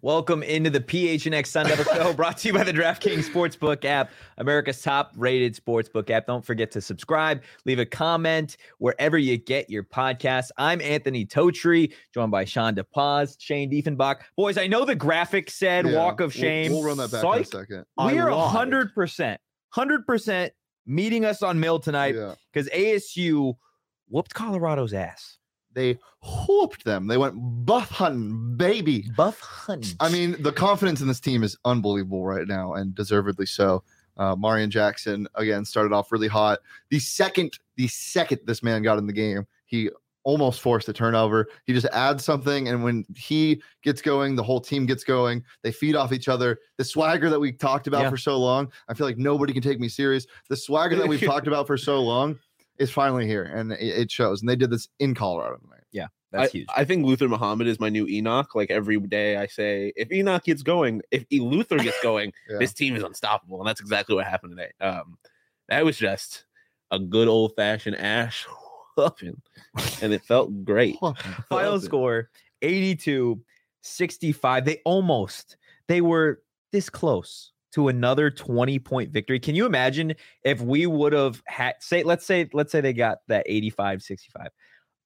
Welcome into the PHNX Sun Devil Show, brought to you by the DraftKings Sportsbook app, America's top-rated sportsbook app. Don't forget to subscribe, leave a comment wherever you get your podcast. I'm Anthony Totri, joined by Sean DePaz, Shane Diefenbach. Boys, I know the graphic said Yeah, "Walk of we'll- Shame." We'll, run that back in a Psych. second. We are I lied. hundred percent, hundred percent meeting us on Mill tonight yeah. because ASU whooped Colorado's ass. They whooped them. They went buff hunting, baby. Buff Hunt. I mean, the confidence in this team is unbelievable right now, and deservedly so. Uh, Marion Jackson again started off really hot. The second, the second this man got in the game, he almost forced a turnover. He just adds something, and when he gets going, the whole team gets going. They feed off each other. The swagger that we talked about Yeah. for so long, I feel like nobody can take me serious. The swagger that we've talked about for so long is finally here, and it, it shows. And they did this in Colorado tonight. that's I, huge. I think Luther Muhammad is my new Enoch. Like every day I say, if Enoch gets going, if E- Luther gets going, Yeah. this team is unstoppable. And that's exactly what happened today. Um, that was just a good old fashioned ash whooping, and it felt great. Final Love it. score 82 65. They almost, they were this close to another 20 point victory. Can you imagine if we would have had, say, let's say, let's say they got that 85 65.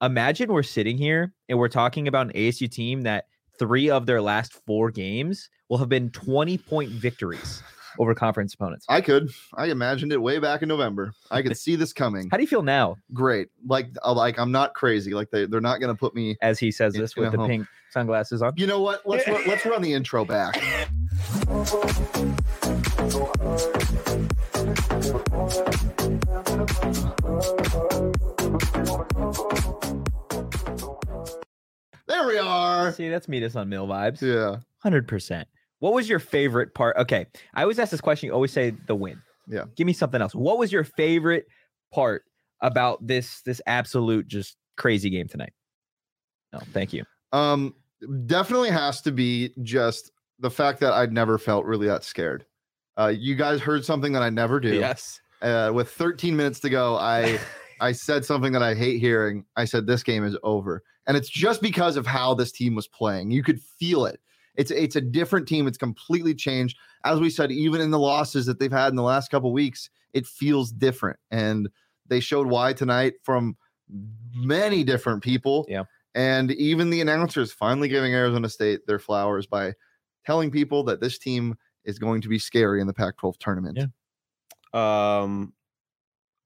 Imagine we're sitting here and we're talking about an ASU team that three of their last four games will have been 20 point victories over conference opponents. I could. I imagined it way back in November. I could see this coming. How do you feel now Great. Like, uh, like I'm not crazy. Like they, they're not gonna put me. as he says It's this with gonna the help. pink sunglasses on? You know what? Let's run, let's run the intro back. There we are. See, that's Meet Us on Mill Vibes. Yeah. Hundred percent. What was your favorite part? Okay, I always ask this question. You always say the win. Yeah. Give me something else. What was your favorite part about this this absolute just crazy game tonight? No, thank you. Um, definitely has to be just the fact that I'd never felt really that scared. Uh, you guys heard something that I never do. Yes. uh, with 13 minutes to go, I I said something that I hate hearing. I said this game is over, and it's just because of how this team was playing. You could feel it. It's it's a different team. It's completely changed. As we said, even in the losses that they've had in the last couple weeks, it feels different, and they showed why tonight from many different people. Yeah. and even the announcers finally giving Arizona State their flowers by telling people that this team is going to be scary in the Pac-12 tournament. Yeah. um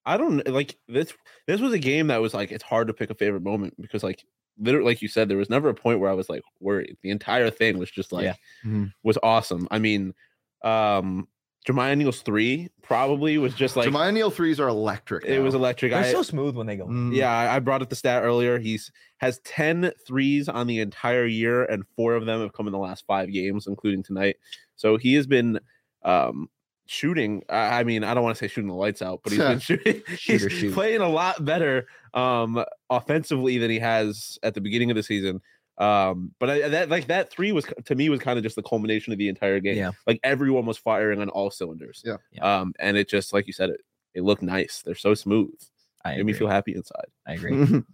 i don't kn- like this this was a game that was like it's hard to pick a favorite moment because like literally like you said there was never a point where i was like worried the entire thing was just like Yeah. Mm-hmm. Mhm. was awesome i mean um Jeremiah Neal's three probably was just like Jermaine Neal threes are electric. it was now. electric. They're I, so smooth when they go. Mm. yeah, I I brought up the stat earlier. He's has 10 threes on the entire year, and four of them have come in the last five games, including tonight. So he has been um shooting. I, I mean, I don't want to say shooting the lights out, but he's been shooting. Shoot or he's shoot. playing a lot better um offensively than he has at the beginning of the season. Um, but I, that like that three was to me was kind of just the culmination of the entire game. Yeah. Like everyone was firing on all cylinders. Yeah. Yeah. Um, and it just like you said, it it looked nice. They're so smooth. I Made me feel happy inside. I Mm.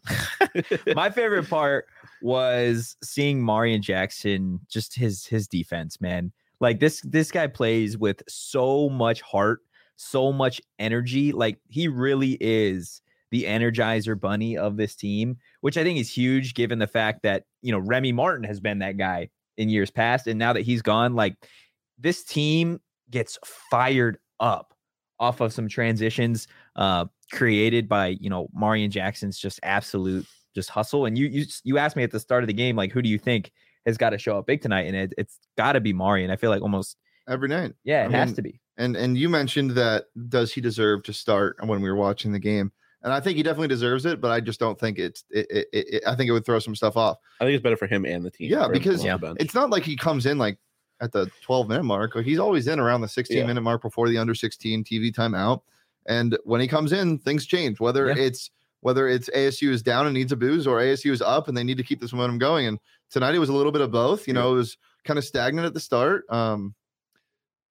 agree. My favorite part was seeing Marion Jackson, just his his defense, man. Like this this guy plays with so much heart, so much energy. Like he really is the energizer bunny of this team, which I think is huge given the fact that, you know, Remy Martin has been that guy in years past and now that he's gone, like this team gets fired up off of some transitions uh created by, you know, Marion Jackson's just absolute just hustle. And you you you asked me at the start of the game, like, who do you think has got to show up big tonight? And it, it's got to be Marion. I feel like almost every night. yeah, it I has mean, to be. And and you mentioned that does he deserve to start when we were watching the game? And I think he definitely deserves it, but I just don't think it's. It, it, it, it- I think it would throw some stuff off. I think it's better for him and the team. Yeah, for him to because come off Yeah. the bench. It's not like he comes in like at the 12 minute mark. Like he's always in around the 16 Yeah. minute mark before the under 16 TV timeout. And when he comes in, things change. Whether Yeah. it's whether it's ASU is down and needs a booze, or ASU is up and they need to keep this momentum going. And tonight it was a little bit of both. You know, it was kind of stagnant at the start, um,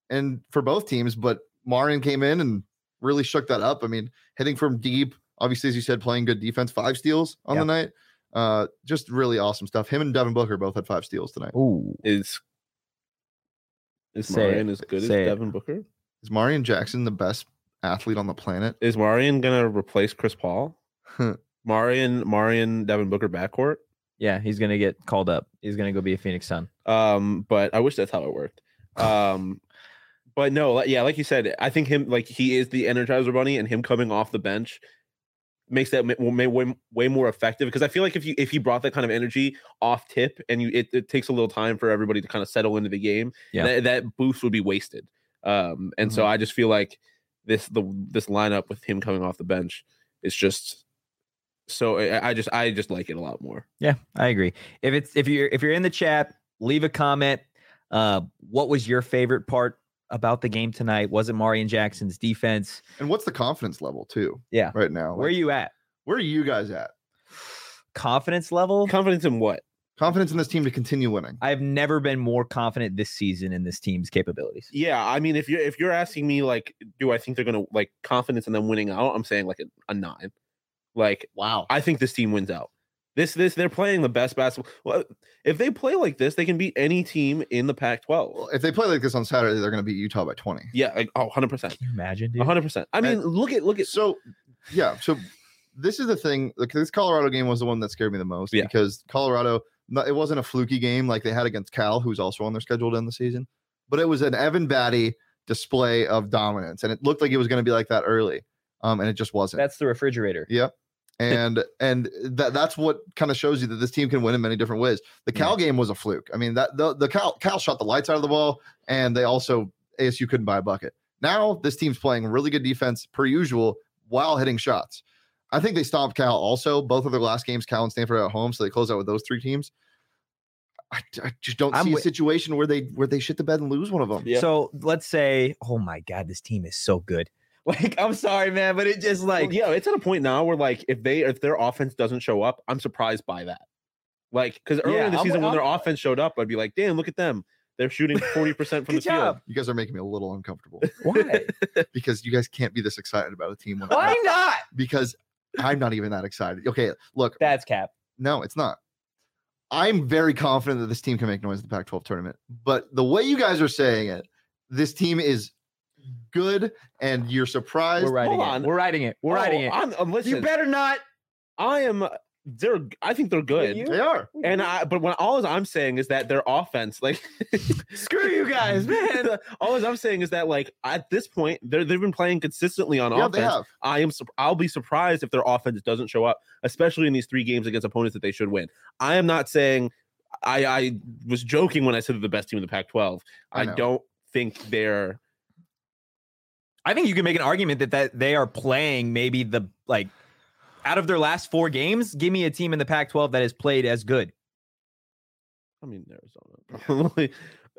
and for both teams. But Marion came in and really shook that up. I mean, hitting from deep, obviously, as you said, playing good defense, five steals on Yeah. the night. Uh, just really awesome stuff. Him and Devin Booker both had five steals tonight. Ooh. it's Is Say it. Marion as good Say it. as Devin Booker? Is Marion Jackson the best athlete on the planet? Is Marion gonna replace Chris Paul? Huh. Marion, Marion, Devin Booker backcourt. Yeah, he's gonna get called up. He's gonna go be a Phoenix Sun. Um, but I wish that's how it worked. Um, but no, like- yeah, like you said, I think him like he is the energizer bunny, and him coming off the bench makes that ma- way, way, way more effective. Because I feel like if you if he brought that kind of energy off tip, and you it, it takes a little time for everybody to kind of settle into the game, Yeah. that, that boost would be wasted. Um, and so Mhm. I just feel like this the this lineup with him coming off the bench is just so I, I just I just like it a lot more. Yeah, I agree. If it's if you're if you're in the chat, leave a comment. Uh, what was your favorite part about the game tonight? Was it Marion Jackson's defense? And what's the confidence level too? Yeah. Right now. Where are Like, you at? where are you guys at? Confidence level? Confidence in what? Confidence in this team to continue winning. I've never been more confident this season in this team's capabilities. Yeah, I mean, if you're if you're asking me, like, do I think they're gonna like confidence in them winning out? I'm saying like a, a nine. Like, Wow. I think this team wins out. This this they're playing the best basketball. Well, if they play like this, they can beat any team in the Well, Pac-12. if they play like this on Saturday, they're going to beat Utah by 20. Yeah, like, oh, 100 percent, Can you imagine, dude? 100 percent. I mean, look at look at So, yeah. So, this is the thing. Like, this Colorado game was the one that scared me the most Yeah. because Colorado, no- it wasn't a fluky game like they had against Cal, who's also on their schedule to end the season, but it was an Evan Batty display of dominance. And it looked like it was going to be like that early. Um, and it just wasn't. That's the refrigerator. Yeah. and and that that's what kind of shows you that this team can win in many different ways. The Cal game was a fluke. I mean that the the Cal Cal shot the lights out of the ball, and they also ASU couldn't buy a bucket. Now this team's playing really good defense per usual while hitting shots. I think they stomped Cal also. Both of their last games, Cal and Stanford are at home, so they close out with those three teams. I, I just don't I'm see a wi- situation where they where they shit the bed and lose one of them. Yeah. So let's say, oh my God, this team is so good. Like, I'm sorry, man, but it just like Well, yeah, it's at a point now where like if they if their offense doesn't show up, I'm surprised by that. Like because earlier Yeah, in the I'm- season when I'm- their offense showed up, I'd be like, damn, look at them. They're shooting 40 percent from Good the field. job. You guys are making me a little uncomfortable Why? because you guys can't be this excited about a team when Why not? because I'm not even that excited. Okay, look, That's cap. no, it's not. I'm very confident that this team can make noise in the Pac 12 tournament, but the way you guys are saying it, this team is good and you're surprised. We're riding hold it. on. We're riding it. We're Oh, riding it. I'm, I'm You listening. better not. I am. uh, They're. I think they're good. you? They are. And I, but when all I'm saying is that their offense, like, uh, Screw you guys, man. all I'm saying is that, like, at this point, they're they've been playing consistently on Yeah, they offense. have. I am, sup- I'll be surprised if their offense doesn't show up, especially in these three games against opponents that they should win. I am not saying, I, I was joking when I said they're the best team in the Pac-12. I I know. don't think they're I think you can make an argument that that they are playing maybe the like out of their last four games. Give me a team in the Pac-12 that has played as good. I mean, Arizona.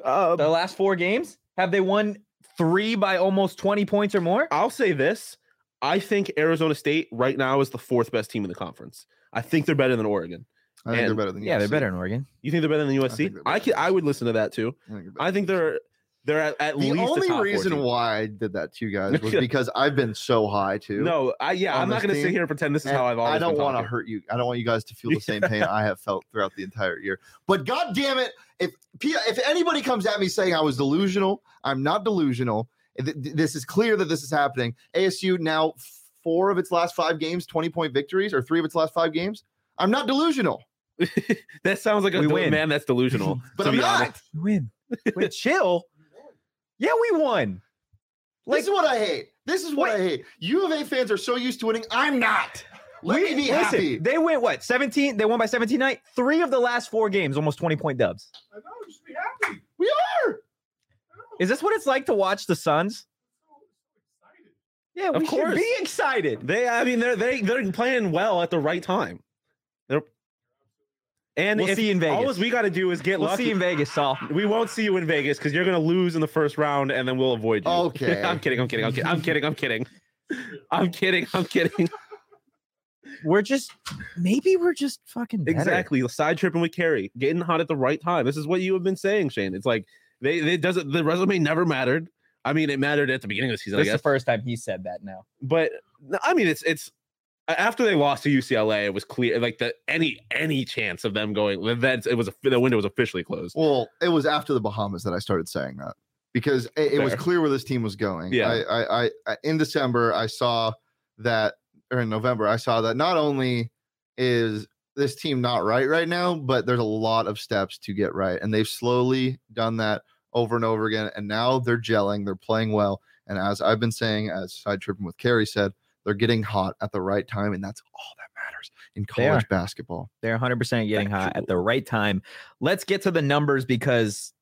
uh, The last four games have they won three by almost twenty points or more? I'll say this. I think Arizona State right now is the fourth best team in the conference. I think they're better than Oregon. I think they're And- better than Yeah, they're USC. better in Oregon. You think they're better than they're USC? better I, could, than I would listen to that too. I think they're, I think they're they're at, at the least a only top four reason team. why I did that to you guys was because I've been so high too. No, I yeah, on I'm not this going to sit team, here and pretend this is And how I've always. Eh, I don't want want to hurt you. I don't want you guys to feel the same pain I have felt throughout the entire year. But god damn it, if P- if anybody comes at me saying I was delusional, I'm not delusional. Th- th- This is clear that this is happening. ASU now four of its last five games, 20 point victories, or three of its last five games. I'm not delusional, That sounds like a We del- win. man. That's delusional. but to I'm be not. honest. We win. Wait, chill. Yeah, we won. this is what I hate. This is what I hate. U of A fans are so used to winning. I'm not. Let We- me be listen, happy. They went what? 17? They won by 17 night. Three of the last four games, almost 20 point dubs. I know, just be happy. We are. Is this what it's like to watch the Suns? Yeah, Of we should course. be excited. They, I mean, they're they they're playing well at the right time. They're and We'll if, see you in all Vegas. we got to do is get We'll lucky. see you in Vegas, Saul. We won't see you in Vegas because you're gonna lose in the first round, and then we'll avoid you. Okay. I'm kidding. I'm kidding. I'm kidding. I'm kidding. I'm kidding. I'm kidding. I'm kidding. We're just maybe we're just fucking better. exactly. Side tripping with Carrie, getting hot at the right time. This is what you have been saying, Shane. It's like they they doesn't the resume never mattered. I mean, it mattered at the beginning of the season, This I is guess. the first time he said that now. but no, I mean, it's it's after they lost to UCLA, it was clear like the any any chance of them going that it was the window was officially closed. Well, it was after the Bahamas that I started saying that. because it, it was Fair. clear where this team was going. Yeah. I, I, I, I, in December, I saw that, or in November, I saw that not only is this team not right right now, but there's a lot of steps to get right. And they've slowly done that over and over again. And now they're gelling, they're playing well. And as I've been saying, as Side Tripping with Carrie said, they're getting hot at the right time. And that's all that matters in They college basketball. They're 100% getting hot at the right time. Let's get to the numbers because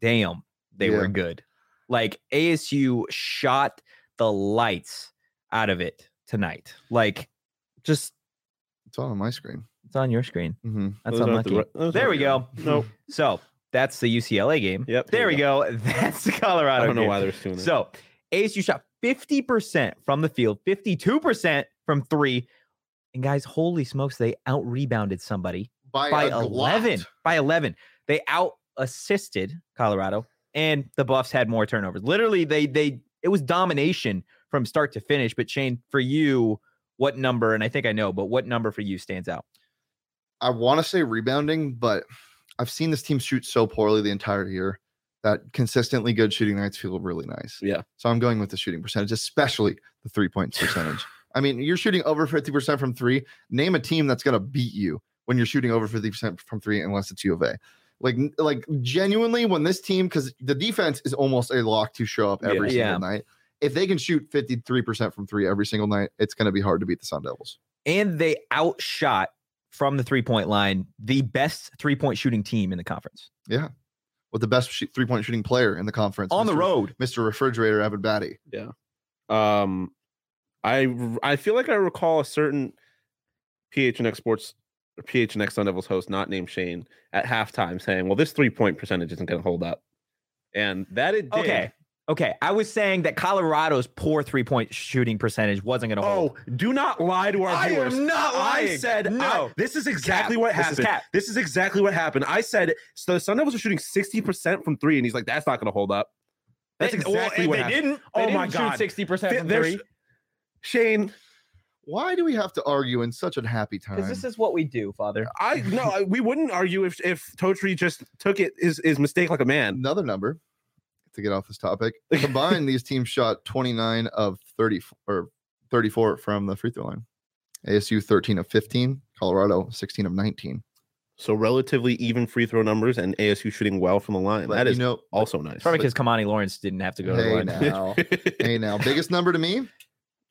damn, they were Yeah. good. Like ASU shot the lights out of it tonight. Like just It's all on my screen. it's on your screen. hmm That's Those aren't unlucky. the right- those there aren't we the- go. Nope. So that's the UCLA game. Yep. There we go. That's the Colorado. I don't know game. why they're doing that. So ASU shot 50% from the field, 52% from three. And guys, holy smokes, they out rebounded somebody By, by a lot. 11. By 11. They out assisted Colorado and the Buffs had more turnovers. Literally, they, they, it was domination from start to finish. But Shane, for you, what number, and I think I know, but what number for you stands out? I want to say rebounding, but I've seen this team shoot so poorly the entire year that consistently good shooting nights feel really nice. Yeah. So I'm going with the shooting percentage, especially the three points percentage. I mean, you're shooting over 50% from three. Name a team that's going to beat you when you're shooting over 50% from three, unless it's U of A. Like, like genuinely, when this team, because the defense is almost a lock to show up every Yeah. single night. If they can shoot 53% from three every single night, it's going to be hard to beat the Sun Devils. and they outshot from the three point line the best three point shooting team in the conference With the best three point shooting player in the conference on the Mr. road. Mr. Refrigerator Evan Batty. Um, I r- I feel like I recall a certain PHNX Sports or PHNX Sun Devils host, not named Shane, at halftime saying, "Well, this three point percentage isn't going to hold up," and that it did. Okay. Okay. I was saying that Colorado's poor three point shooting percentage wasn't going to hold. Oh, do not lie to our I am viewers. not Oh, I lying. said No. I- this is exactly Cap. what This is happened. cap. This is exactly what happened. I said so. The Sun Devils were shooting sixty percent from three, and he's like, "That's not going to hold up." That's They- exactly well, what they happened. didn't. Oh they my didn't God. Shoot 60% from There's- three. Shane, Why do we have to argue in such a happy time? Because this is what we do, Father. I no, I- we wouldn't argue if if Totri just took it his his mistake like a man. Another number to get off this topic. Combined, these teams shot 29 of 30 or 34 from the free throw line. ASU 13 of 15, Colorado 16 of 19. So relatively even free throw numbers and ASU shooting well from the line. But that is you know, also nice. Probably because Kamani Lawrence didn't have to go to the hey line. now, hey now, biggest number to me,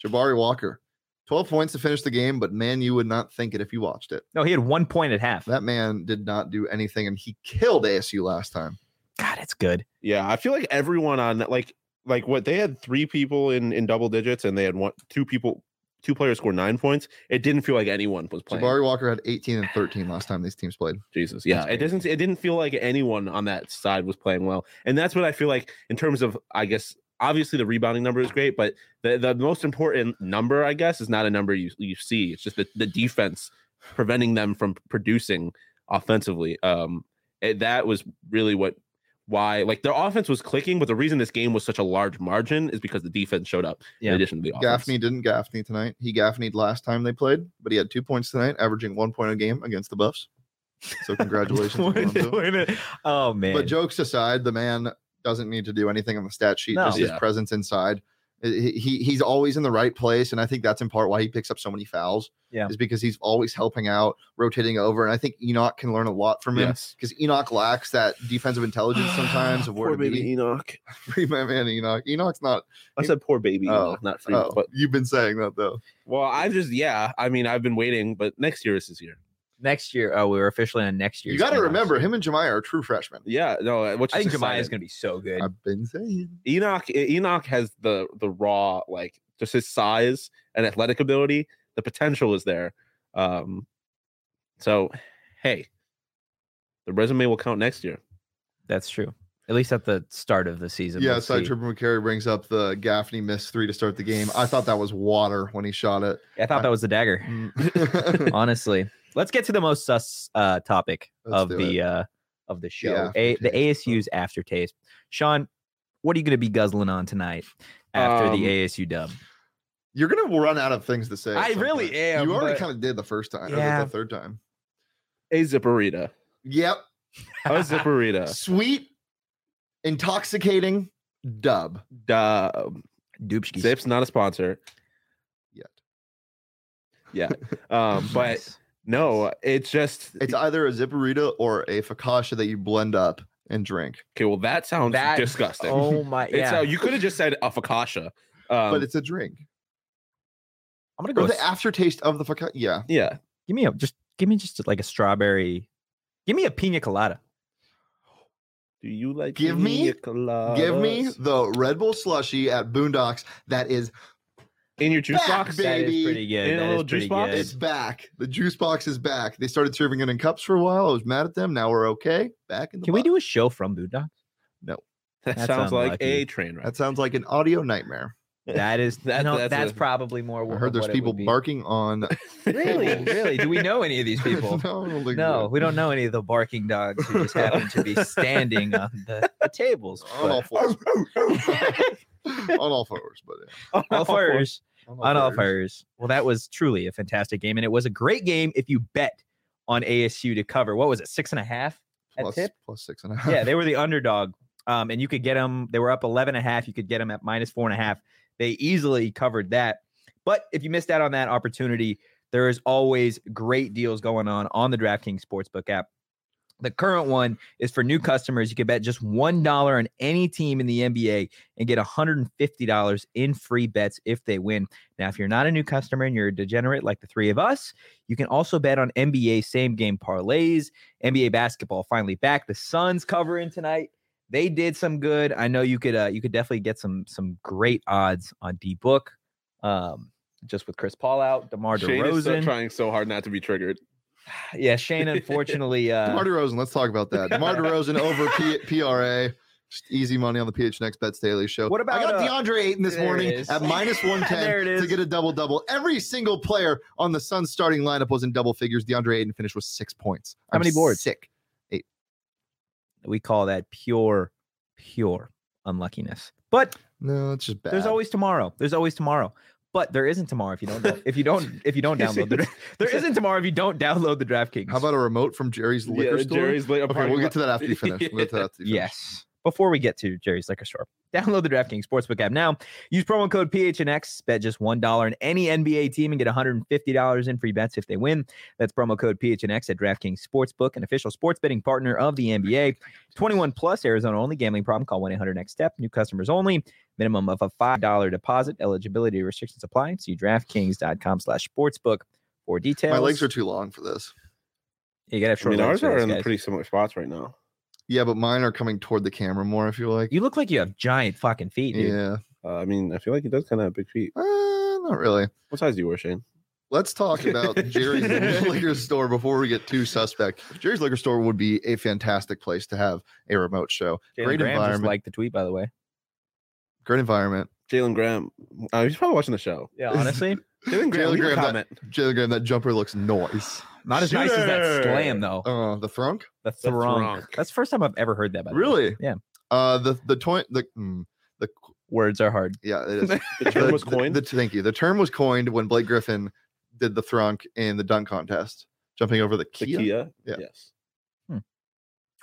Jabari Walker, 12 points to finish the game. But man, you would not think it if you watched it. No, he had one point at half. That man did not do anything, and he killed ASU last time. God, it's good. yeah, I feel like everyone on that like like what they had three people in in double digits and they had one two people two players scored nine points. It didn't feel like anyone was playing. Jabari Walker had 18 and 13 last time these teams played. Jesus, yeah, That's it doesn't it didn't feel like anyone on that side was playing well, and that's what I feel like in terms of I guess obviously the rebounding number is great, but the the most important number I guess is not a number you you see. It's just the the defense preventing them from producing offensively. Um, and that was really what why like their offense was clicking, but the reason this game was such a large margin is because the defense showed up Yeah. in addition to the offense. Gaffney didn't Gaffney tonight. He Gaffneyed last time they played, but he had two points tonight, averaging one point a game against the Buffs. So congratulations. Wait a to minute, Lonzo. wait a minute. oh man. but jokes aside, the man doesn't need to do anything on the stat sheet. No. Just his Yeah. presence inside. He, he- he's always in the right place, and I think that's in part why he picks up so many fouls. Yeah. is because he's always helping out, rotating over, and I think Enoch can learn a lot from him Yes. because Enoch lacks that defensive intelligence sometimes of where poor to baby be. Enoch. Free my man Enoch. Enoch's not. I said poor baby Oh, Enoch, not free, Oh, but you've been saying that though. Well, I just yeah. I mean, I've been waiting, but next year is his year. next year, oh, we were officially on next year. You got to remember, him and Jemiah are true freshmen. Yeah, no. Which I think is Jemiah is exciting. going to be so good. I've been saying. Enoch. E, Enoch has the the raw like just his size and athletic ability. The potential is there. Um, so hey, the resume will count next year. That's true. At least at the start of the season. Yeah, we'll side see. trip McCary brings up the Gaffney missed three to start the game. I thought that was water when he shot it. I thought that was the dagger. Mm. Honestly, let's get to the most sus uh, topic Let's of do the uh, of the show. a- the aftertaste. ASU's aftertaste. Sean, what are you going to be guzzling on tonight after Um, the ASU dub? You're gonna run out of things to say. at I some really point. am, You already but- kind of did the first time, or Yeah. the- the third time. A zipperita. Yep, Oh, A zipperita. sweet, intoxicating, Dub. Duh, Dubskis. Zip's not a sponsor Yet. Yeah, um, but Nice. no, it's just It's either a Zipperita or a focaccia that you blend up and drink, okay. Well, that sounds That- disgusting. oh my It's yeah. uh, you could have just said a focaccia. Um, but it's a drink. I'm gonna go. Or With, the aftertaste of the focaccia. Yeah. yeah. give me a just give me just like a strawberry. Give me a pina colada. Do you like Give me- Uh, piña Give me coladas? the Red Bull slushy at Boondocks. That is in your juice back, box. babe. That is Baby. pretty good. And a That little is juice pretty box? good. it's back. The juice box is back. They started serving it in cups for a while. I was mad at them. Now we're okay. Back in the Can we box. do a show from Boondocks? That That's sounds like unlucky. a train wreck. That sounds like an audio nightmare. That is That- that, no, that's that's, a- probably more. I wh- heard there's what it would people be. barking on Really, tables. really? Do we know any of these people? no, I don't think No, so. we don't know any of the barking dogs who just happen to be standing on the, the tables. on all but- fours. Oh, on all fours, but yeah. all fires, on all fours. fires. Well, that was truly a fantastic game, and it was a great game if you bet on ASU to cover. What was it, six and a half? at Plus- tip? plus six and a half. yeah, they were the underdog. Um, and you could get them, they were up 11 and a half. You could get them at minus four and a half. They easily covered that. But if you missed out on that opportunity, there is always great deals going on on the DraftKings Sportsbook app. The current one is for new customers. You can bet just $1 on any team in the NBA and get $150 in free bets if they win. Now, if you're not a new customer and you're a degenerate like the three of us, you can also bet on NBA same game parlays. NBA basketball finally back. The Suns covering tonight. They did some good. I know you could uh, you could definitely get some some great odds on D book. Um, just with Chris Paul out, DeMar Shane is so, DeRozan. trying so hard not to be triggered. yeah, Shane unfortunately uh, DeMar DeRozan, let's talk about that. DeMar DeRozan over P- PRA. Just easy money on the PH Next Bets Daily Show. What I about, got uh, DeAndre Ayton this there it morning is. at minus There it 110 to is. get a double double. Every single player on the Suns starting lineup was in double figures. DeAndre Ayton finished with six points. How many boards? Sick. we call that pure pure unluckiness. But No, it's just bad. There's always tomorrow. There's always tomorrow. But there isn't tomorrow if you don't do- if you don't if you don't download the there isn't tomorrow if you don't download the DraftKings. How about a remote from Jerry's liquor Yeah, store? Jerry's like, okay, we'll get to that after you finish. We'll get to that after you finish. yes? Before we get to Jerry's Liquor Store, download the DraftKings Sportsbook app now. Use promo code PHNX. Bet just one dollar on any NBA team and get 150 dollars in free bets if they win. That's promo code PHNX at DraftKings Sportsbook, an official sports betting partner of the NBA. 21 plus, Arizona only. Gambling problem? Call 1-800-NEXT-STEP. New customers only. Minimum of a five dollar deposit. Eligibility restrictions apply. See DraftKings.com/sportsbook for details. My legs are too long for this. You gotta have I short mean, legs ours for are this, in guys. pretty similar spots right now. Yeah, but mine are coming toward the camera more, I feel like. You look like you have giant fucking feet, dude. Yeah. Uh, I mean, I feel like he does kind of have big feet. Uh, not really. What size do you wear, Shane? Let's talk about Jerry's liquor store before we get too suspect. Jerry's liquor store would be a fantastic place to have a remote show. Jalen Graham Great just environment. liked the tweet, by the way. Great environment. Jalen Graham. Uh, he's probably watching the show. Yeah, honestly, Jalen Graham, Jalen leave a Graham, that- comment. Jalen Graham, that jumper looks nice. not as nice as that Shooter! slam though. Uh, the thrunk. the throng. throng. That's the first time I've ever heard that. By the way. Really? Yeah. Uh, the the toy the mm, the words are hard. yeah it is. The term The- was the- coined. The, thank you. The term was coined when Blake Griffin did the thrunk in the dunk contest, jumping over the the Kia. Kia. Yeah. Yes.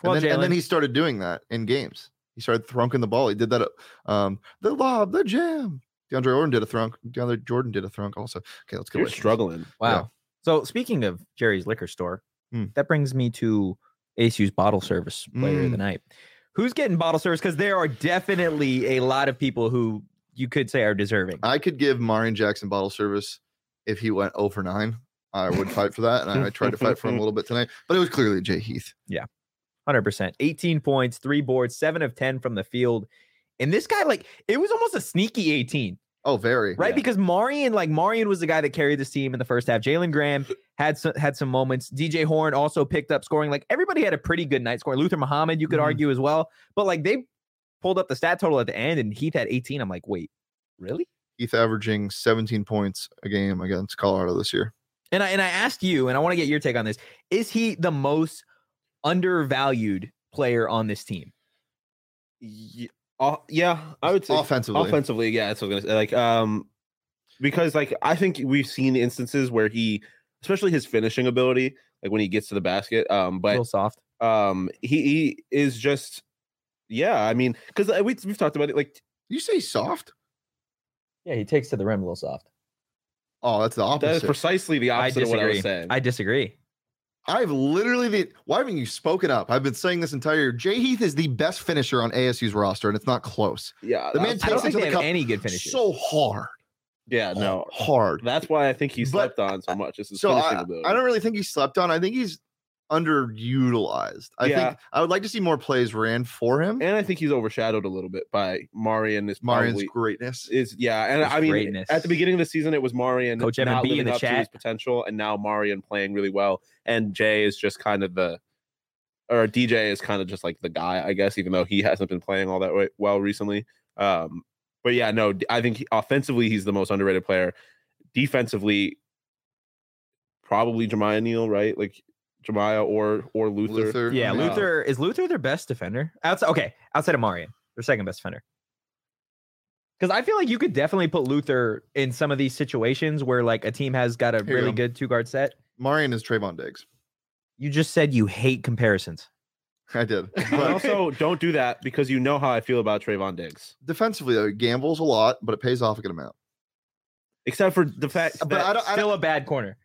Well, and, then, and then Jalen- he started doing that in games. He started thrunking the ball. He did that. uh, Um, the lob, the jam. DeAndre Jordan did a thrunk. DeAndre Jordan did a thrunk also. Okay, let's go. You're struggling. Wow. Yeah. So speaking of Jerry's liquor store, Hmm. that brings me to ASU's bottle service player of the Hmm. night. Who's getting bottle service? Because there are definitely a lot of people who you could say are deserving. I could give Marion Jackson bottle service if he went 0 for 9. I would fight for that. And I tried to fight for him a little bit tonight, but it was clearly Jay Heath. Hundred percent. Eighteen points, three boards, seven of ten from the field. And this guy, like, it was almost a sneaky 18. Oh, very. right? Yeah. Because Marion, like Marion, was the guy that carried this team in the first half. Jalen Graham had some had some moments. DJ Horn also picked up scoring. Like everybody had a pretty good night scoring. Luther Muhammad, you could Mhm. argue as well, but like they pulled up the stat total at the end, and Heath had 18. I'm like, wait, really? Heath averaging 17 points a game against Colorado this year. And I and I asked you, and I want to get your take on this. Is he the most undervalued player on this team? Ye- uh, yeah, I would say Offensively. offensively. Yeah, that's what I was gonna say. Like, um, because like I think we've seen instances where he, especially his finishing ability, like when he gets to the basket. Um, A but little soft. um he, he is just yeah, I mean, because we, we've talked about it. Like, You say soft? Yeah, he takes to the rim a little soft. Oh, that's the that is opposite. precisely the I opposite of what I disagree. was saying. I disagree. I've literally the why haven't you spoken up? I've been saying this entire year. Jay Heath is the best finisher on ASU's roster, and it's not close. yeah, The man that's- I takes don't it think to they the have cup any good finishers. So hard. yeah, no, Hard. that's why I think he Oh. But- slept on so much. Is his So finishing I, ability. I don't really think he slept on. I think he's underutilized. I Yeah. think I would like to see more plays ran for him. and I think he's overshadowed a little bit by Marion. Is Marion's probably- greatness. is yeah, and His I mean, greatness. at the beginning of the season, it was Marion Coach Evan not B in living the up to his chat. potential, and now Marion playing really well, and Jay is just kind of the or DJ is kind of just like the guy, I guess, even though he hasn't been playing all that way, well recently. Um, but yeah, no, d- I think he- offensively he's the most underrated player. Defensively, probably Jemiah Neal, right? Like Jemiah or or Luther. yeah, No. Luther is Luther their best defender? Outside okay, outside of Marion, their second best defender. Because I feel like you could definitely put Luther in some of these situations where like a team has got a Here you really go. good two guard set. Marion is Trayvon Diggs. You just said you hate comparisons. I did. But But also, don't do that because you know how I feel about Trayvon Diggs. defensively though, he gambles a lot, but it pays off a good amount. Except for the fact But that I don't- I Still a bad corner.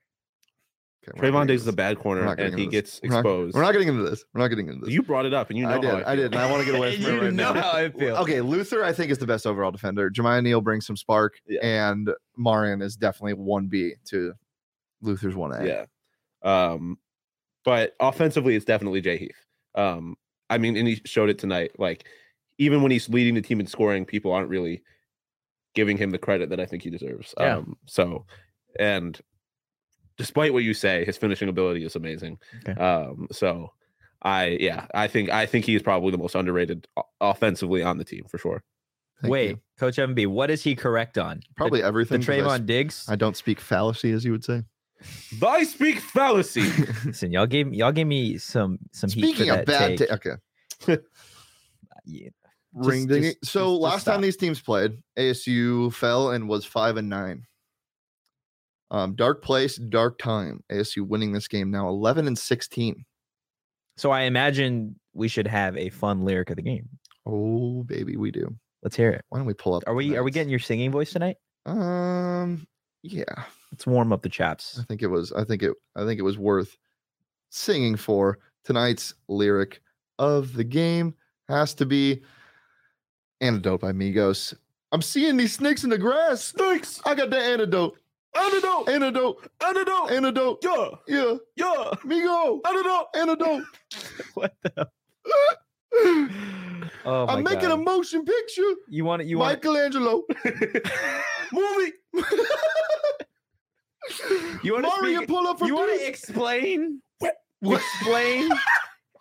Okay, we're not Trayvon getting Diggs is into a bad corner not getting and he into this. gets We're not- exposed. this. We're not getting into this. We're not getting into this. you brought it up and you know I did. how I, did. And I want to get away from you it right know now. how I feel. Okay, Luther, I think, is the best overall defender. Jemiah Neal brings some spark, Yeah. and Marion is definitely 1B to Luther's 1A. Yeah. Um, but offensively, it's definitely Jay Heath. Um, I mean, and he showed it tonight. Like, even when he's leading the team in scoring, people aren't really giving him the credit that I think he deserves. Yeah. Um, so, and despite what you say, his finishing ability is amazing. Okay. Um, so I, yeah, I think, I think he's probably the most underrated o- offensively on the team for sure. Thank Wait, you. Coach MB, what is he correct on? Probably the, everything. the 'cause I Trayvon sp- Diggs. I don't speak fallacy, as you would say. I speak fallacy. Listen, y'all gave y'all gave me some some heat for Speaking that of bad, take. ta- okay. Yeah. Ring Just- ding. just- so just- just last stop. time these teams played, ASU fell and was five and nine. Um, dark place, dark time. ASU winning this game now, eleven and sixteen. So I imagine we should have a fun lyric of the game. Oh baby, we do. Let's hear it. Why don't we pull up? Are the we are we minutes? getting your singing voice tonight? Um, yeah. Let's warm up the chops. I think it was. I think it. I think it was worth singing for tonight's lyric of the game has to be antidote by Migos. I'm seeing these snakes in the grass. Snakes. I got the antidote. Antidote! Antidote. Antidote! Antidote. Yeah! Yeah. Yeah! Migo. Antidote! Antidote. What the? Oh my I'm making a God. motion picture. You want it? You want? Michelangelo. Movie! You want Mario to? pull up from You want to three. explain? What? What? Explain.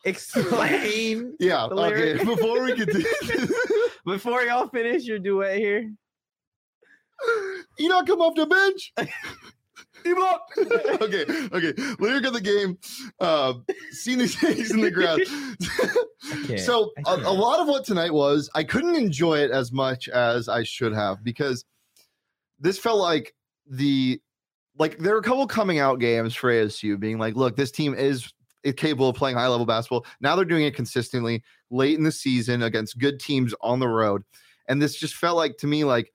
explain Yeah. the Okay. lyric? Before we get to before y'all finish your duet here. you not come off the bench. Emo! okay, okay. Lyric of the game. Uh, seen these things in the ground. can't. so I a, can't. a lot of what tonight was, I couldn't enjoy it as much as I should have because this felt like the like there were a couple coming out games for ASU being like, look, this team is is capable of playing high level basketball. Now they're doing it consistently late in the season against good teams on the road. And this just felt like to me like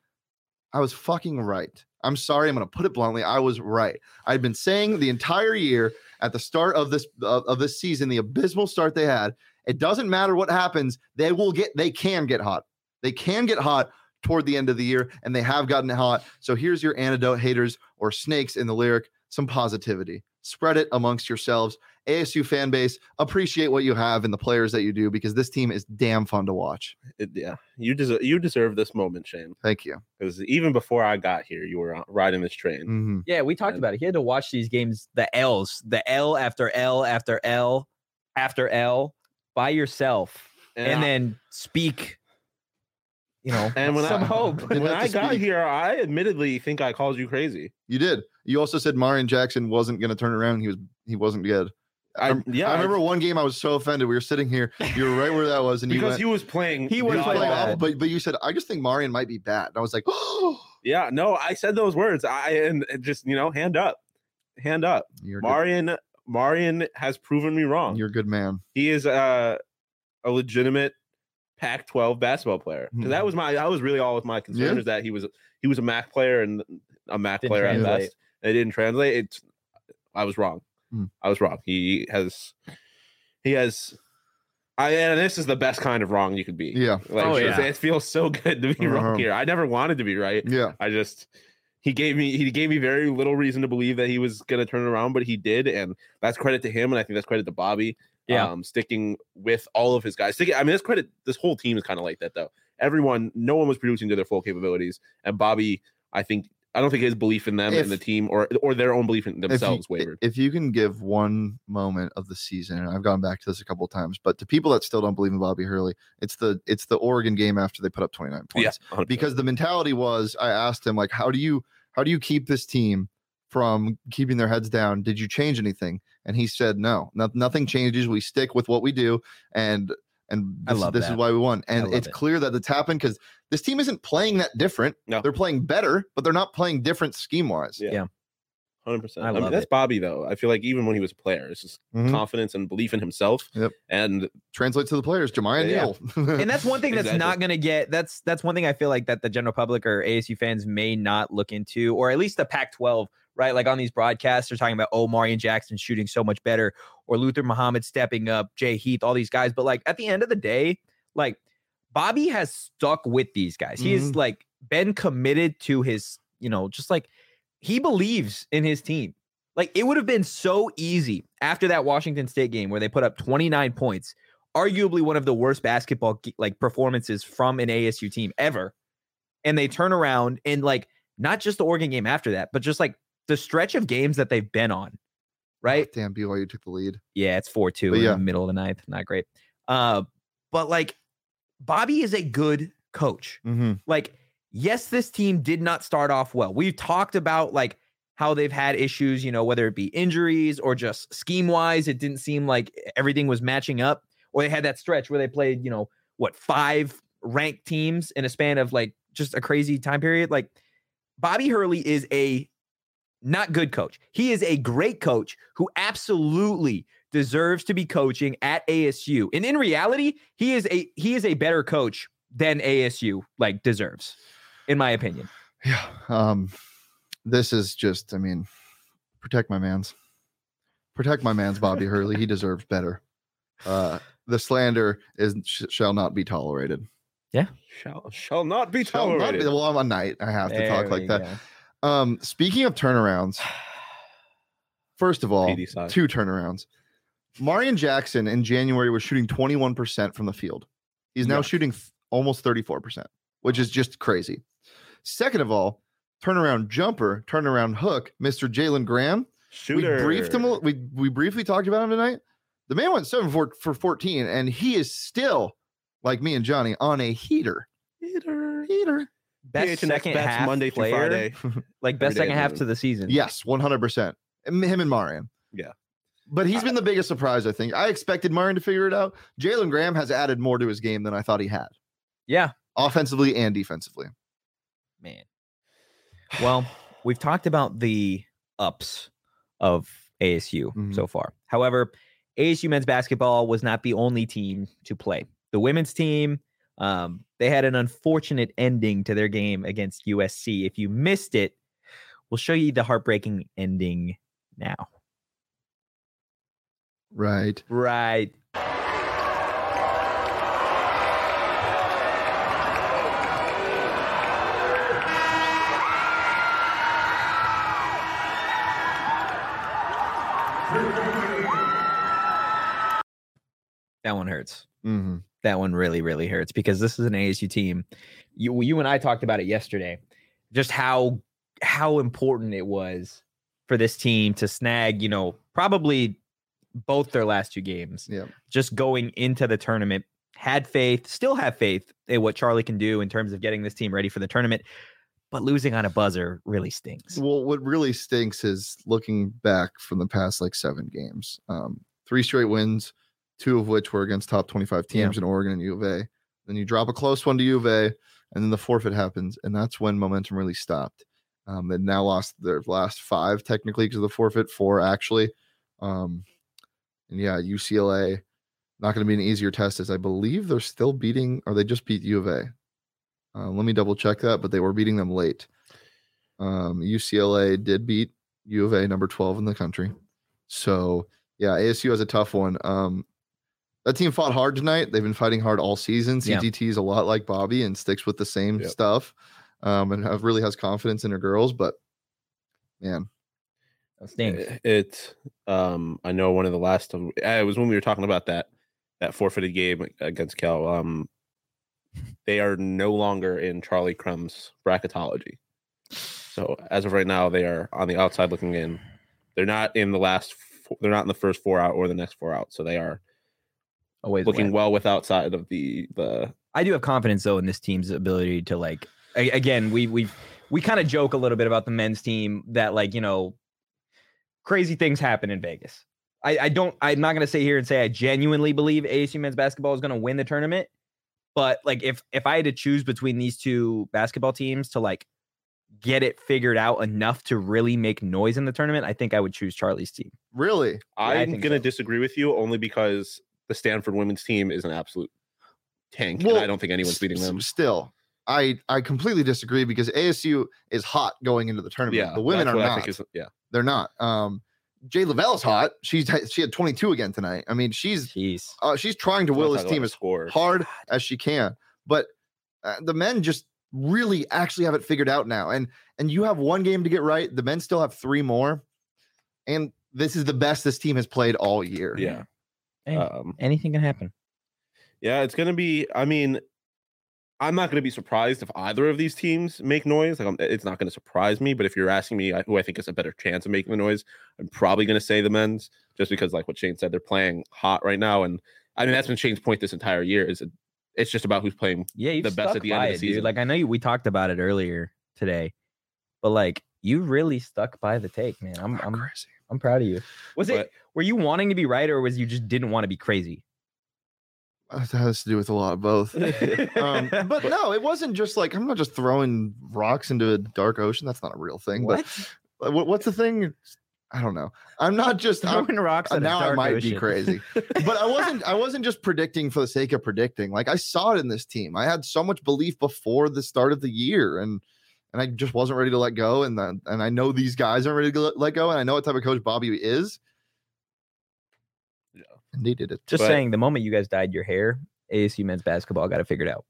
I was fucking right. I'm sorry, I'm going to put it bluntly. I was right. I'd been saying the entire year at the start of this of, of this season the abysmal start they had. It doesn't matter what happens, they will get they can get hot. They can get hot toward the end of the year and they have gotten hot. So here's your antidote haters or snakes in the lyric, some positivity. Spread it amongst yourselves. ASU fan base, appreciate what you have and the players that you do because this team is damn fun to watch. It- yeah, you deserve you deserve this moment, Shane. Thank you. Because even before I got here, you were on- riding this train. Mhm. Yeah, we talked And- about it. He had to watch these games, the L's, the L after L after L after L by yourself, and I- then speak. You know, and when some I hope. Didn't when have to I got speak. here, I admittedly think I called you crazy. You did. You also said Marion Jackson wasn't going to turn around. And he was. He wasn't good. I, I, yeah, I remember one game I was so offended. We were sitting here. You were right where that was, and you because went. he was playing. He "You was god playing awful. bad. but but you said I just think Marion might be bad. And I was like, oh, Yeah, no, I said those words. I and it just you know, hand up, hand up. you're a good- Marion, Marion has proven me wrong. you're a good man. he is uh, a legitimate Pac-12 basketball player. 'Cause that was my I was really all with my concern Mm-hmm. Yeah. is that he was he was a Mac player and a Mac Didn't player at translate. best. It didn't translate. It's I was wrong. Mm. I was wrong. He has he has I and this is the best kind of wrong you could be. Yeah. Like, Oh, it's- yeah. it feels so good to be Uh-huh. wrong here. I never wanted to be right. Yeah. I just he gave me he gave me very little reason to believe that he was going to turn it around, but he did, and that's credit to him, and I think that's credit to Bobby. Yeah. um, sticking with all of his guys. Sticking, I mean, that's credit. This whole team is kind of like that, though. Everyone, no one was producing to their full capabilities, and Bobby, I think, I don't think his belief in them If- and the team, or or their own belief in If you, themselves, wavered. if you can give one moment of the season, and I've gone back to this a couple of times, but to people that still don't believe in Bobby Hurley, it's the it's the Oregon game after they put up 29 points. Yeah, 100%. because the mentality was I asked him like how do you how do you keep this team from keeping their heads down did you change anything and he said no, no nothing changes we stick with what we do and and I this, love this is that. why we won I and love it's it. clear that it's happened because this team isn't playing that different No. they're playing better but they're not playing different scheme wise Yeah. hundred percent. I I mean, love that's it. Bobby, though. I feel like even when he was a player, it's just Mhm. confidence and belief in himself. Yep. And translates to the players Jemiah Yeah. Neal and that's one thing that's Exactly. not going to get that's that's one thing i feel like that the general public or asu fans may not look into or at least the pac 12 right like on these broadcasts they're talking about oh marion jackson shooting so much better or luther muhammad stepping up jay heath all these guys but like at the end of the day like bobby has stuck with these guys he has Mhm. like been committed to his you know just like he believes in his team like it would have been so easy after that washington state game where they put up 29 points arguably one of the worst basketball ge- like performances from an ASU team ever. And they turn around and like not just the Oregon game after that, but just like the stretch of games that they've been on. Right? damn BYU took the lead Yeah, it's 4 2 But in yeah. the middle of the ninth. Not great. Uh, but like Bobby is a good coach. Mm-hmm. Like, yes, this team did not start off well. We've talked about like how they've had issues, you know, whether it be injuries or just scheme wise, it didn't seem like everything was matching up. Or they had that stretch where they played, you know, what, five ranked teams in a span of like just a crazy time period. Like, Bobby Hurley is a not good coach. He is a great coach who absolutely deserves to be coaching at ASU. And in reality, he is a he is a better coach than ASU like deserves, in my opinion. yeah um this is just I mean protect my man's protect my man's Bobby Hurley. He deserves better. Uh, the slander is sh- shall not be tolerated. shall shall not be Shall not be- tolerated. well, I'm a knight. I have to There talk we like that. go. Um, speaking of turnarounds, first of all, PD side. two turnarounds. Marion Jackson in January was shooting 21% from the field. He's now Yeah. shooting f- almost 34%, which is just crazy. Second of all, turnaround jumper, turnaround hook, Mr. Jalen Graham. Shooter. We briefed him. a- We we briefly talked about him tonight. The man went seven for for fourteen, and he is still like me and Johnny on a heater. Shooter. Heater. Best PHNX second bets half Monday through player, Friday. like best Every second day of the half season. to the season. Yes, one hundred percent. Him and Marion. Yeah. But he's been the biggest surprise, I think. I expected Marion to figure it out. Jalen Graham has added more to his game than I thought he had, yeah, offensively and defensively. man. Well, we've talked about the ups of ASU Mhm. so far. However, ASU men's basketball was not the only team to play. The women's team, um, they had an unfortunate ending to their game against USC. If you missed it, we'll show you the heartbreaking ending now. Right. Right. That one hurts. hmm That one really, really hurts because this is an ASU team. You, you and I talked about it yesterday, just how how important it was for this team to snag, you know, probably both their last two games Yeah. just going into the tournament had faith, still have faith in what Charlie can do in terms of getting this team ready for the tournament, but losing on a buzzer really stings. Well, what really stinks is looking back from the past like seven games, um, three straight wins, two of which were against top 25 Yeah. teams in Oregon and U of A. Then you drop a close one to U of A, and then the forfeit happens, and that's when momentum really stopped. Um, they've now lost their last five technically because of the forfeit, four actually. Um, and yeah, UCLA, Not going to be an easier test, as I believe they're still beating, or they just beat U of A. Uh, let me double check that, but they were beating them late. Um, UCLA did beat U of A, number 12 in the country. So, yeah, ASU has a tough one. Um, that team fought hard tonight. They've been fighting hard all season. Yeah. CGT is a lot like Bobby and sticks with the same Yep. stuff um, and have, really has confidence in her girls. But, man, That stinks. It- It's um I know one of the last of uh, it was when we were talking about that that forfeited game against Cal. Um they are no longer in Charlie Crumb's bracketology. So as of right now, they are on the outside looking in. They're not in the last four, they're not in the first four out or the next four out. So they are Always looking away. well with outside of the the I do have confidence though in this team's ability to like. a- Again, we we we kind of joke a little bit about the men's team that like you know, crazy things happen in Vegas. I, I don't. I'm not gonna sit here and say I genuinely believe ASU men's basketball is gonna win the tournament. But like, if if I had to choose between these two basketball teams to like get it figured out enough to really make noise in the tournament, I think I would choose Charlie's team. really, I I'm think gonna so. disagree with you only because the Stanford women's team is an absolute tank. Well, and I don't think anyone's beating s- them. Still, I I completely disagree because ASU is hot going into the tournament. Yeah, the women that's are what not. I think is- yeah. They're not. Um, Jay Lavelle's hot. She's ha- she had 22 again tonight. I mean, she's Jeez. uh, she's trying to will this team as score. hard as she can. But uh, the men just really actually have it figured out now. And and you have one game to get right. The men still have three more. And this is the best this team has played all year. Yeah. Hey, Um, anything can happen. yeah, it's gonna be. I mean, I'm not gonna be surprised if either of these teams make noise. Like, I'm, it's not gonna surprise me. But if you're asking me uh, who I think has a better chance of making the noise, I'm probably gonna say the men's, just because like what Shane said, they're playing hot right now, and I mean that's been Shane's point this entire year. Is it, it's just about who's playing. Yeah, you've the best at stuck the end of by it, the dude. season. Like I know you, we talked about it earlier today, but like you really stuck by the take, man. I'm I'm crazy. I'm proud of you. Was Ah, But- it were you wanting to be right or was you just didn't want to be crazy? Uh, That has to do with a lot of both. um, but no, it wasn't just like I'm not just throwing rocks into a dark ocean. That's not a real thing. what? But uh, what, what's the thing? I don't know. I'm not just. I'm, Throwing rocks uh, at a now I dark might be ocean. crazy, but I wasn't. I wasn't just predicting for the sake of predicting. Like I saw it in this team. I had so much belief before the start of the year, and and I just wasn't ready to let go. And then and I know these guys aren't ready to let- let go, and I know what type of coach Bobby is. Yeah. And they did it. just But- saying, the moment you guys dyed your hair, ASU men's basketball got it figured out.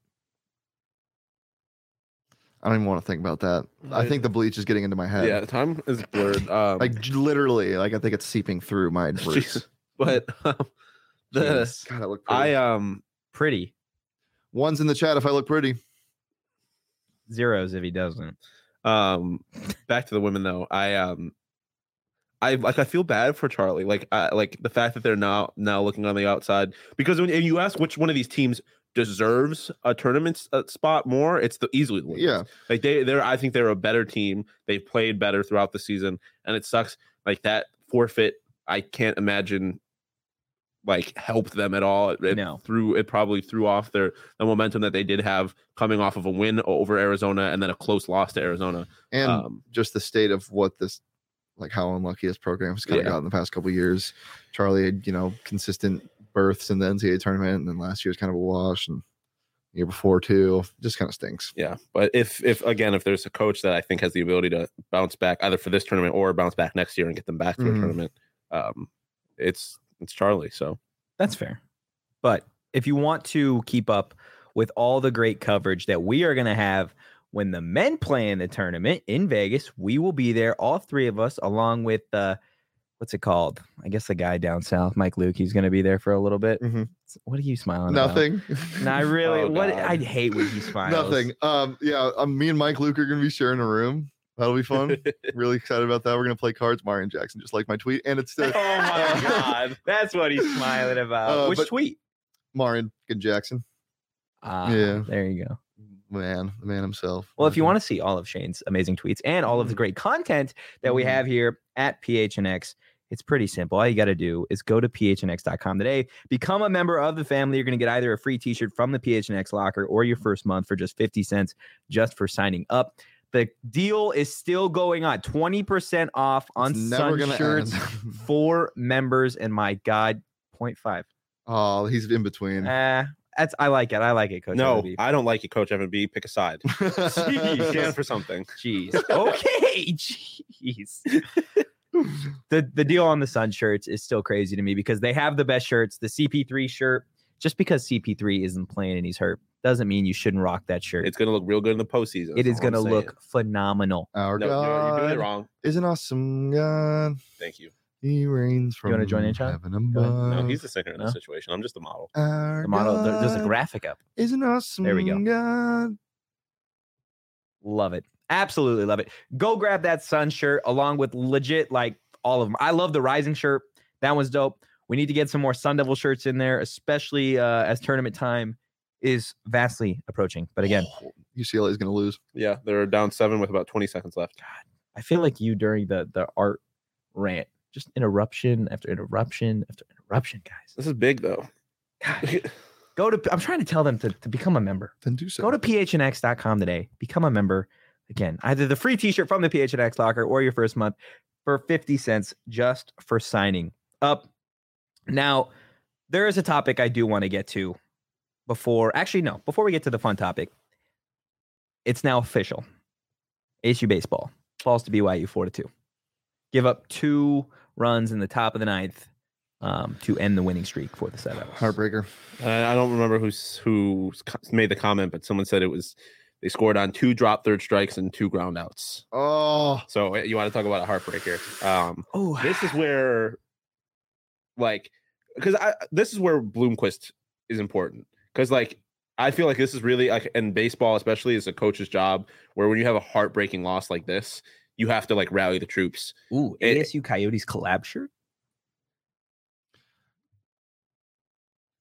I don't even want to think about that. I I- think the bleach is getting into my head. yeah, the time is blurred. Um, like j- literally, like I think it's seeping through my roots. Jesus. but um, the Jeez. God, I look pretty. I um Pretty One's in the chat if I look pretty. zeros if he doesn't. um back to the women though i um i like i feel bad for charlie like I, like the fact that they're now now looking on the outside because when and you ask which one of these teams deserves a tournament s- uh, spot more it's the easily the women's. Yeah. like they they're i think they're a better team they played better throughout the season and it sucks like that forfeit i can't imagine like helped them at all it, it No. threw it probably threw off their the momentum that they did have coming off of a win over arizona and then a close loss to arizona And um, just the state of what this like how unlucky this program has kind of Yeah. got gotten the past couple years. Charlie had, you know, consistent berths in the NCAA tournament, and then last year's kind of a wash and the year before too. Just kind of stinks. yeah but if if again if there's a coach that i think has the ability to bounce back either for this tournament or bounce back next year and get them back to Mhm. a tournament um it's it's charlie so That's fair. But if you want to keep up with all the great coverage that we are going to have when the men play in the tournament in Vegas, we will be there, all three of us, along with uh, what's it called? I guess the guy down south, Mike Luke, he's going to be there for a little bit. Mhm. What are you smiling about? Nothing. No, I really, Oh, what, God. I hate when he smiles. Nothing. Um, yeah, um, me and Mike Luke are gonna be sharing a room. That'll be fun. really excited about that. We're gonna play cards, Marion Jackson, just like my tweet. And it's oh the my God. That's what he's smiling about. Uh, Which but- tweet? Marion Jackson. Ah, Yeah. There you go. Man, the man himself. Well, if you Mhm. want to see all of Shane's amazing tweets and all of Mm-hmm. the Mhm. great content that we Mhm. have here at PHNX, it's pretty simple. All you got to do is go to phnx.com today, become a member of the family. You're going to get either a free t shirt from the PHNX locker or your first month for just 50 cents just for signing up. The deal is still going on 20% off on It's never Sun gonna shirts end. for members. And my God, 0.5. Oh, he's in between. Eh, that's I like it. I like it, Coach. no, Ellaby. I don't like it, Coach Evan B. Pick a side. Stand Jesus. for something. Jeez. Okay. Jeez. the the deal on the Sun shirts is still crazy to me because they have the best shirts. The CP3 shirt, just because CP3 isn't playing and he's hurt, doesn't mean you shouldn't rock that shirt. It's gonna look real good in the postseason. it that's is all I'm going to saying. look phenomenal. Our No, you're, you're God doing it wrong. is an awesome God. Thank you. He reigns from You wanna join in, Sean? heaven Go ahead. above. No, he's the singer in no. this situation. I'm just the model. Our The model, there- there's a God graphic up. is an awesome There we go. God. Love it. Absolutely love it. Go grab that sun shirt along with legit like all of them. I love the rising shirt. That one's dope. We need to get some more Sun Devil shirts in there, especially uh, as tournament time is vastly approaching. But again, Oh, UCLA is going to lose. Yeah, they're down seven with about 20 seconds left. I feel like you during the the art rant, just interruption after interruption after interruption, guys. This is big though. God, go to I'm trying to tell them to, to become a member. Then do so. Go to phnx.com today. Become a member. Again, either the free t-shirt from the PHNX locker or your first month for 50 cents just for signing up. Now, there is a topic I do want to get to before actually no, before we get to the fun topic. It's now official. ASU baseball falls to BYU 4 to 2. Give up two runs in the top of the ninth um, to end the winning streak for the Seven. Devils. Heartbreaker. Uh, I don't remember who's who made the comment, but someone said it was they scored on two drop third strikes and two ground outs. Oh, So eh, you want to talk about a heartbreaker? Um, Oh, this is where, like, because I this is where Bloomquist is important because like I feel like this is really like in baseball especially is a coach's job where when you have a heartbreaking loss like this you have to like rally the troops ooh, it- ASU Coyotes collab shirt.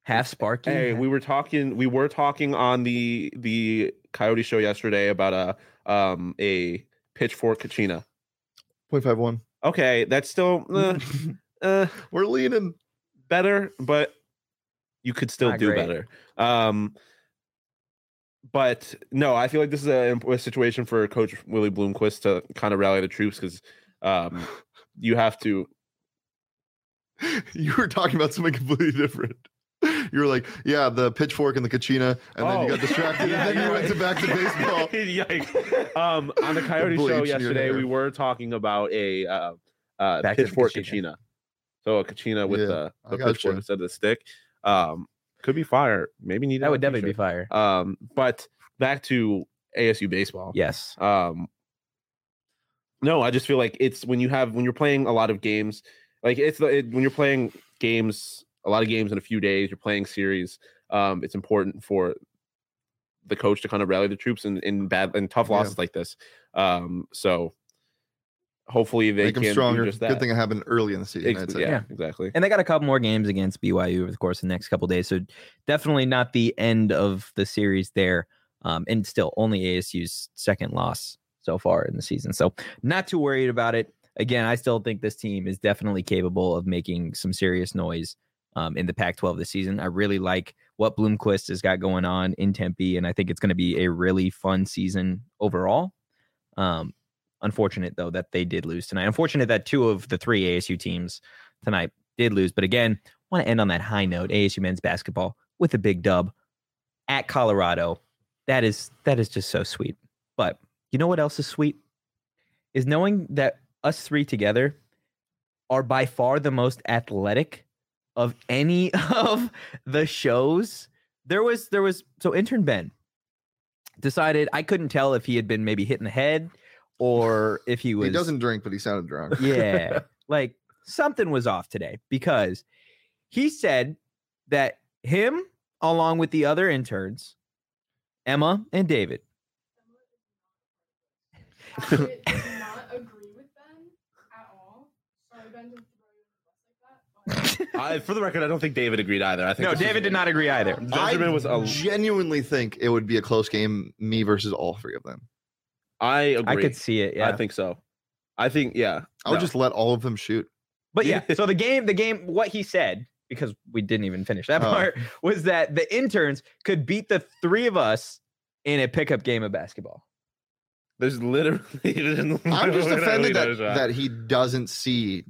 Half Sparky. eh, Hey, we were talking. We were talking on the the Coyote Show yesterday about a um a pitchfork Kachina. 0.51. Okay, that's still uh, uh, We're leaning. better, but you could still Not do great. better. Um, but no, I feel like this is a, imp- a situation for Coach Willie Bloomquist to kind of rally the troops because um you have to. You were talking about something completely different. You were like, yeah, the pitchfork and the kachina, and then you Oh. got distracted, and Yeah, then you you're went to back to baseball. Yikes. Um, on the Coyote Bleach show in your yesterday, hair. we were talking about a uh, uh, Back to the pitchfork Kachina. Kachina. So a Kachina with Yeah, the, I the gotcha. pitchfork instead of the stick. Um, could be fire. Maybe need that would definitely be fire. Um, but back to ASU baseball. yes. Um, no, I just feel like it's when you have when you're playing a lot of games, like it's the it, when you're playing games, a lot of games in a few days. You're playing series. Um, it's important for the coach to kind of rally the troops in in bad and tough Yeah. losses like this. Um, so hopefully they Make can them do stronger. just Good that. thing it happened early in the season. I'd Ex- say. yeah, Yeah. exactly. And they got a couple more games against BYU over the course of the next couple days. So definitely not the end of the series there. Um, and still only ASU's second loss so far in the season. So not too worried about it. Again, I still think this team is definitely capable of making some serious noise um, in the Pac 12 this season. I really like what Bloomquist has got going on in Tempe, and I think it's going to be a really fun season overall. Um, unfortunate, though, that they did lose tonight. Unfortunate that two of the three ASU teams tonight did lose. But again, want to end on that high note. ASU men's basketball with a big dub at Colorado. That is that is just so sweet. But you know what else is sweet? Is knowing that us three together are by far the most athletic of any of the shows. There was there was so intern Ben decided I couldn't tell if he had been maybe hit in the head or if he was He doesn't drink, but he sounded drunk. yeah. Like something was off today because he said that him, along with the other interns, Emma and David, I did not agree with Ben at all. Sorry, Ben, to throw you under the bus like that. but- I, for the record, I don't think David agreed either. I think No, this is- David did not agree either. I Benjamin was a. genuinely think it would be a close game, me versus all three of them. I agree. I could see it. Yeah. I think so. I think yeah. I would No. just let all of them shoot. But yeah, so the game, the game, what he said, because we didn't even finish that Oh. Uh-huh. part, was that the interns could beat the three of us in a pickup game of basketball. There's literally. I'm just offended that, that that he doesn't see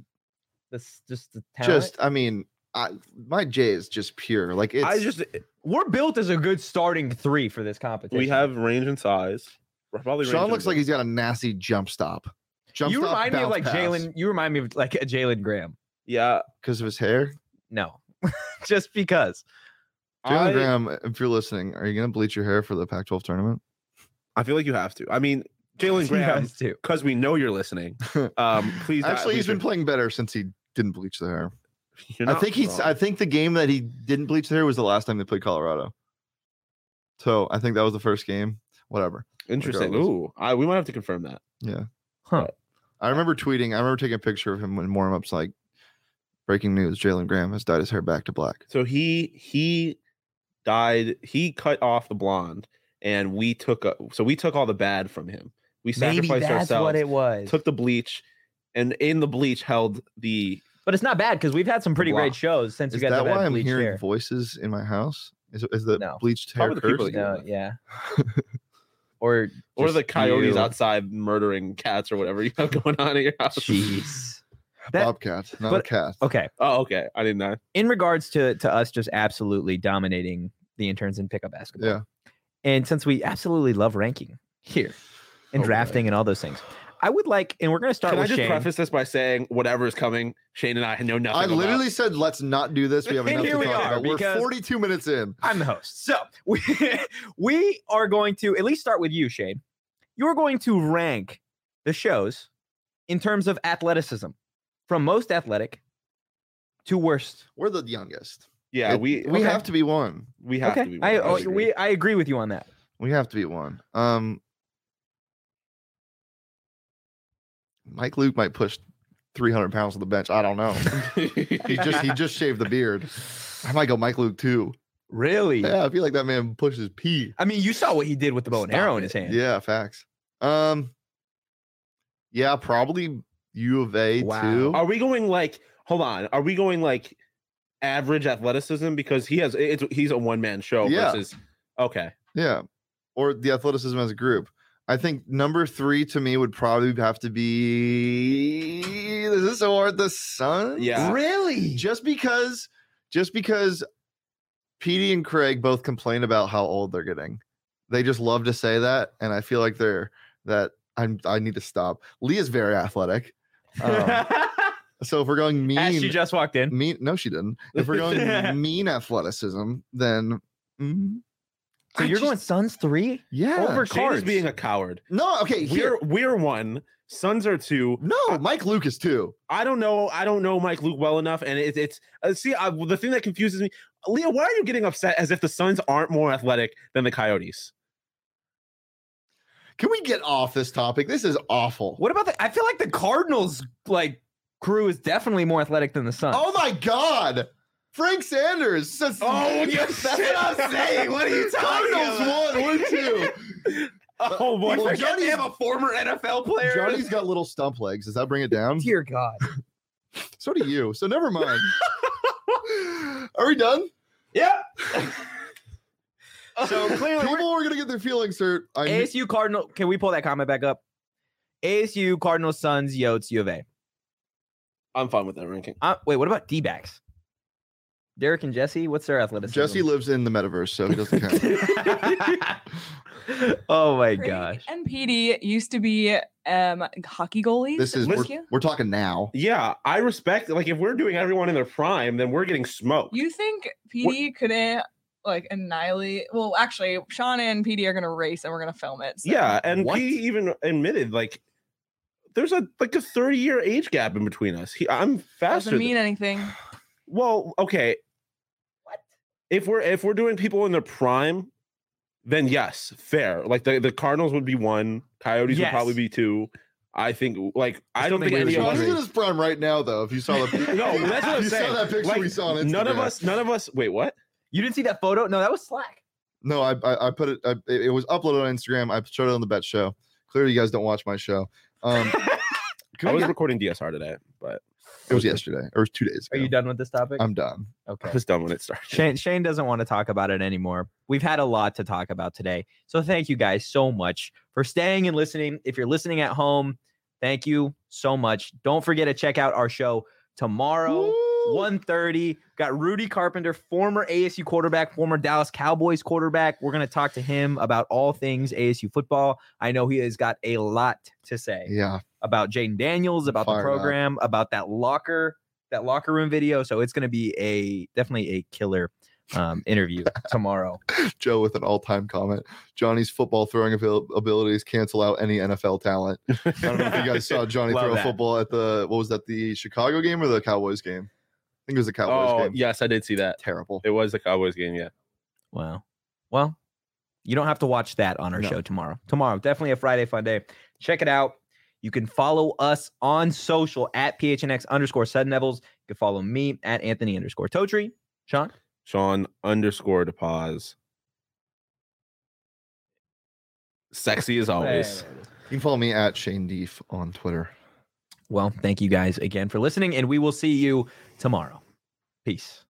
That's just the talent. just, I mean, I, my J is just pure. Like it's I just eh, We're built as a good starting three for this competition. we have range and size. We're probably range Sean and looks like he's width. got a nasty jump stop. Jump you stop, remind me of bounce like pass. Jalen. You remind me of like a Jalen Graham. yeah. because of his hair. No, just because. Jalen I- Graham, if you're listening, are you gonna bleach your hair for the Pac-12 tournament? I feel like you have to. I mean, Jalen You Graham, guys do. because we know you're listening. Um, please. not Actually, he's been bleach playing better since he didn't bleach the hair. your- You're I not think he's. wrong. I think the game that he didn't bleach the hair was the last time they played Colorado. So I think that was the first game. Whatever. Interesting. regardless. Ooh, I, we might have to confirm that. Huh. I remember tweeting. I remember taking a picture of him when warm-ups like. Breaking news: Jalen Graham has dyed his hair back to black. So he he died. He cut off the blonde, and we took a, so we took all the bad from him. We Maybe sacrificed that's ourselves. what it was. took the bleach, and in the bleach held the. but it's not bad because we've had some pretty Wow. great shows since Is you guys that have why had I'm bleached hearing hair. voices in my house? Is, is the No. bleached hair Probably the people cursed? that you- No, yeah. Or Or just the coyotes you. outside murdering cats or whatever you have going on at your house. Jeez. That- Bobcat, not but- a cat. Okay. Oh, okay. I didn't know. In regards to to us just absolutely dominating the interns in pickup basketball. Yeah. And since we absolutely love ranking here and Oh, boy. drafting and all those things, I would like, and we're going to start Can I with just Shane. preface this by saying whatever is coming, Shane and I know nothing. I about. literally said, let's not do this. We have And enough here to we talk are, about. We're because- 42 minutes in. I'm the host. So we, we are going to at least start with you, Shane. You're going to rank the shows in terms of athleticism from most athletic to worst. We're the youngest. Yeah, It- we we have to be one. we have okay. to be. I, one. oh, we, I agree with you on that. We have to be one. Um, Mike Luke might push 300 pounds on the bench. I don't know. He just he just shaved the beard. I might go Mike Luke too. Really? Yeah, I feel like that man pushes pee. I mean, you saw what he did with the bow and Stop arrow in his it. hand. Yeah, facts. Um, yeah, probably U of A Wow. too. Are we going like? Hold on. Are we going like average athleticism because he has it's he's a one man show Yeah. versus okay. Yeah. Or the athleticism as a group. I think number three to me would probably have to be this is so hard the Suns. Yeah. Really? Just because just because Petey and Craig both complain about how old they're getting. They just love to say that. And I feel like they're that I'm I need to stop. Leah's very athletic. Um, so if we're going mean As she just walked in. mean no she didn't. If we're going mean athleticism, then mm, So I you're just- going Suns three? yeah. over Shane is cards. being a coward. no, okay, here We're we're one. Sons are two. No, Mike Lucas too. I don't know. I don't know Mike Luke well enough, and it's it's uh, see I, the thing that confuses me. Leah, why are you getting upset as if the Suns aren't more athletic than the Coyotes? Can we get off this topic? This is awful. What about the? I feel like the Cardinals like crew is definitely more athletic than the Suns. Oh my God. Frank Sanders. says- Oh, you that's what I'm shit. saying. What are you talking Cardinals about? one, we're two. Oh boy, Well, Johnny's- former NFL player. Johnny's got little stump legs. Does that bring it down? Dear God. So do you. So never mind. Are we done? Yep. so clearly, we're- People are gonna get their feelings hurt. I knew- ASU Cardinal. Can we pull that comment back up? ASU Cardinals, Suns, Yotes, U of A. I'm fine with that ranking. Uh, wait, what about D backs? Derek and Jesse, what's their athleticism? Jesse lives in the metaverse, so he doesn't count. oh my Craig gosh. and PD used to be um hockey goalies. This is Thank we're, you. we're talking now. Yeah, I respect. Like, if we're doing everyone in their prime, then we're getting smoked. You think PD couldn't like annihilate? Well, actually, Sean and PD are gonna race and we're gonna film it. so- yeah, and What? he even admitted like there's a like a 30 year age gap in between us. He, I'm faster. doesn't than- mean anything. well, okay. What? If we're if we're doing people in their prime, then yes, fair. Like the, the Cardinals would be one, Coyotes Yes. would probably be two. I think like I, still don't think think we any would of us Johnny's agree. in his prime right now, though. If you saw the No, that's what I'm you saying. saw that picture Like, we saw on Instagram. None of us, none of us. Wait, what? You didn't see that photo? No, that was Slack. No, I I, I put it. I, it it was uploaded on Instagram. I showed it on the Bet Show. Clearly, you guys don't watch my show. Um, I was it recording DSR today, but was yesterday, or it was two days. Are Ago. you done with this topic? I'm done. okay. I was done when it started. Shane, Shane doesn't want to talk about it anymore. We've had a lot to talk about today. So thank you guys so much for staying and listening. If you're listening at home, thank you so much. Don't forget to check out our show tomorrow. 130. Got Rudy Carpenter, former ASU quarterback, former Dallas Cowboys quarterback. We're going to talk to him about all things ASU football. I know he has got a lot to say Yeah. about Jaden Daniels, about the Fired up. program, about that locker, that locker room video. So it's going to be a definitely a killer um, interview tomorrow. Joe with an all time comment. Johnny's football throwing abil- abilities cancel out any NFL talent. I don't know if you guys saw Johnny Love throw that. a football at the, what was that, the Chicago game or the Cowboys game? I think it was the Cowboys Oh, game. yes, I did see that. Terrible. It was the Cowboys game, yeah. Wow. Well, you don't have to watch that on our No. show tomorrow. Tomorrow, definitely a Friday fun day. Check it out. You can follow us on social at PHNX underscore Sudden Nevels. You can follow me at Anthony underscore Totri. Sean, Sean underscore to pause. Sexy as always. You can follow me at Shane Deef on Twitter. Well, thank you guys again for listening, and we will see you tomorrow. Peace.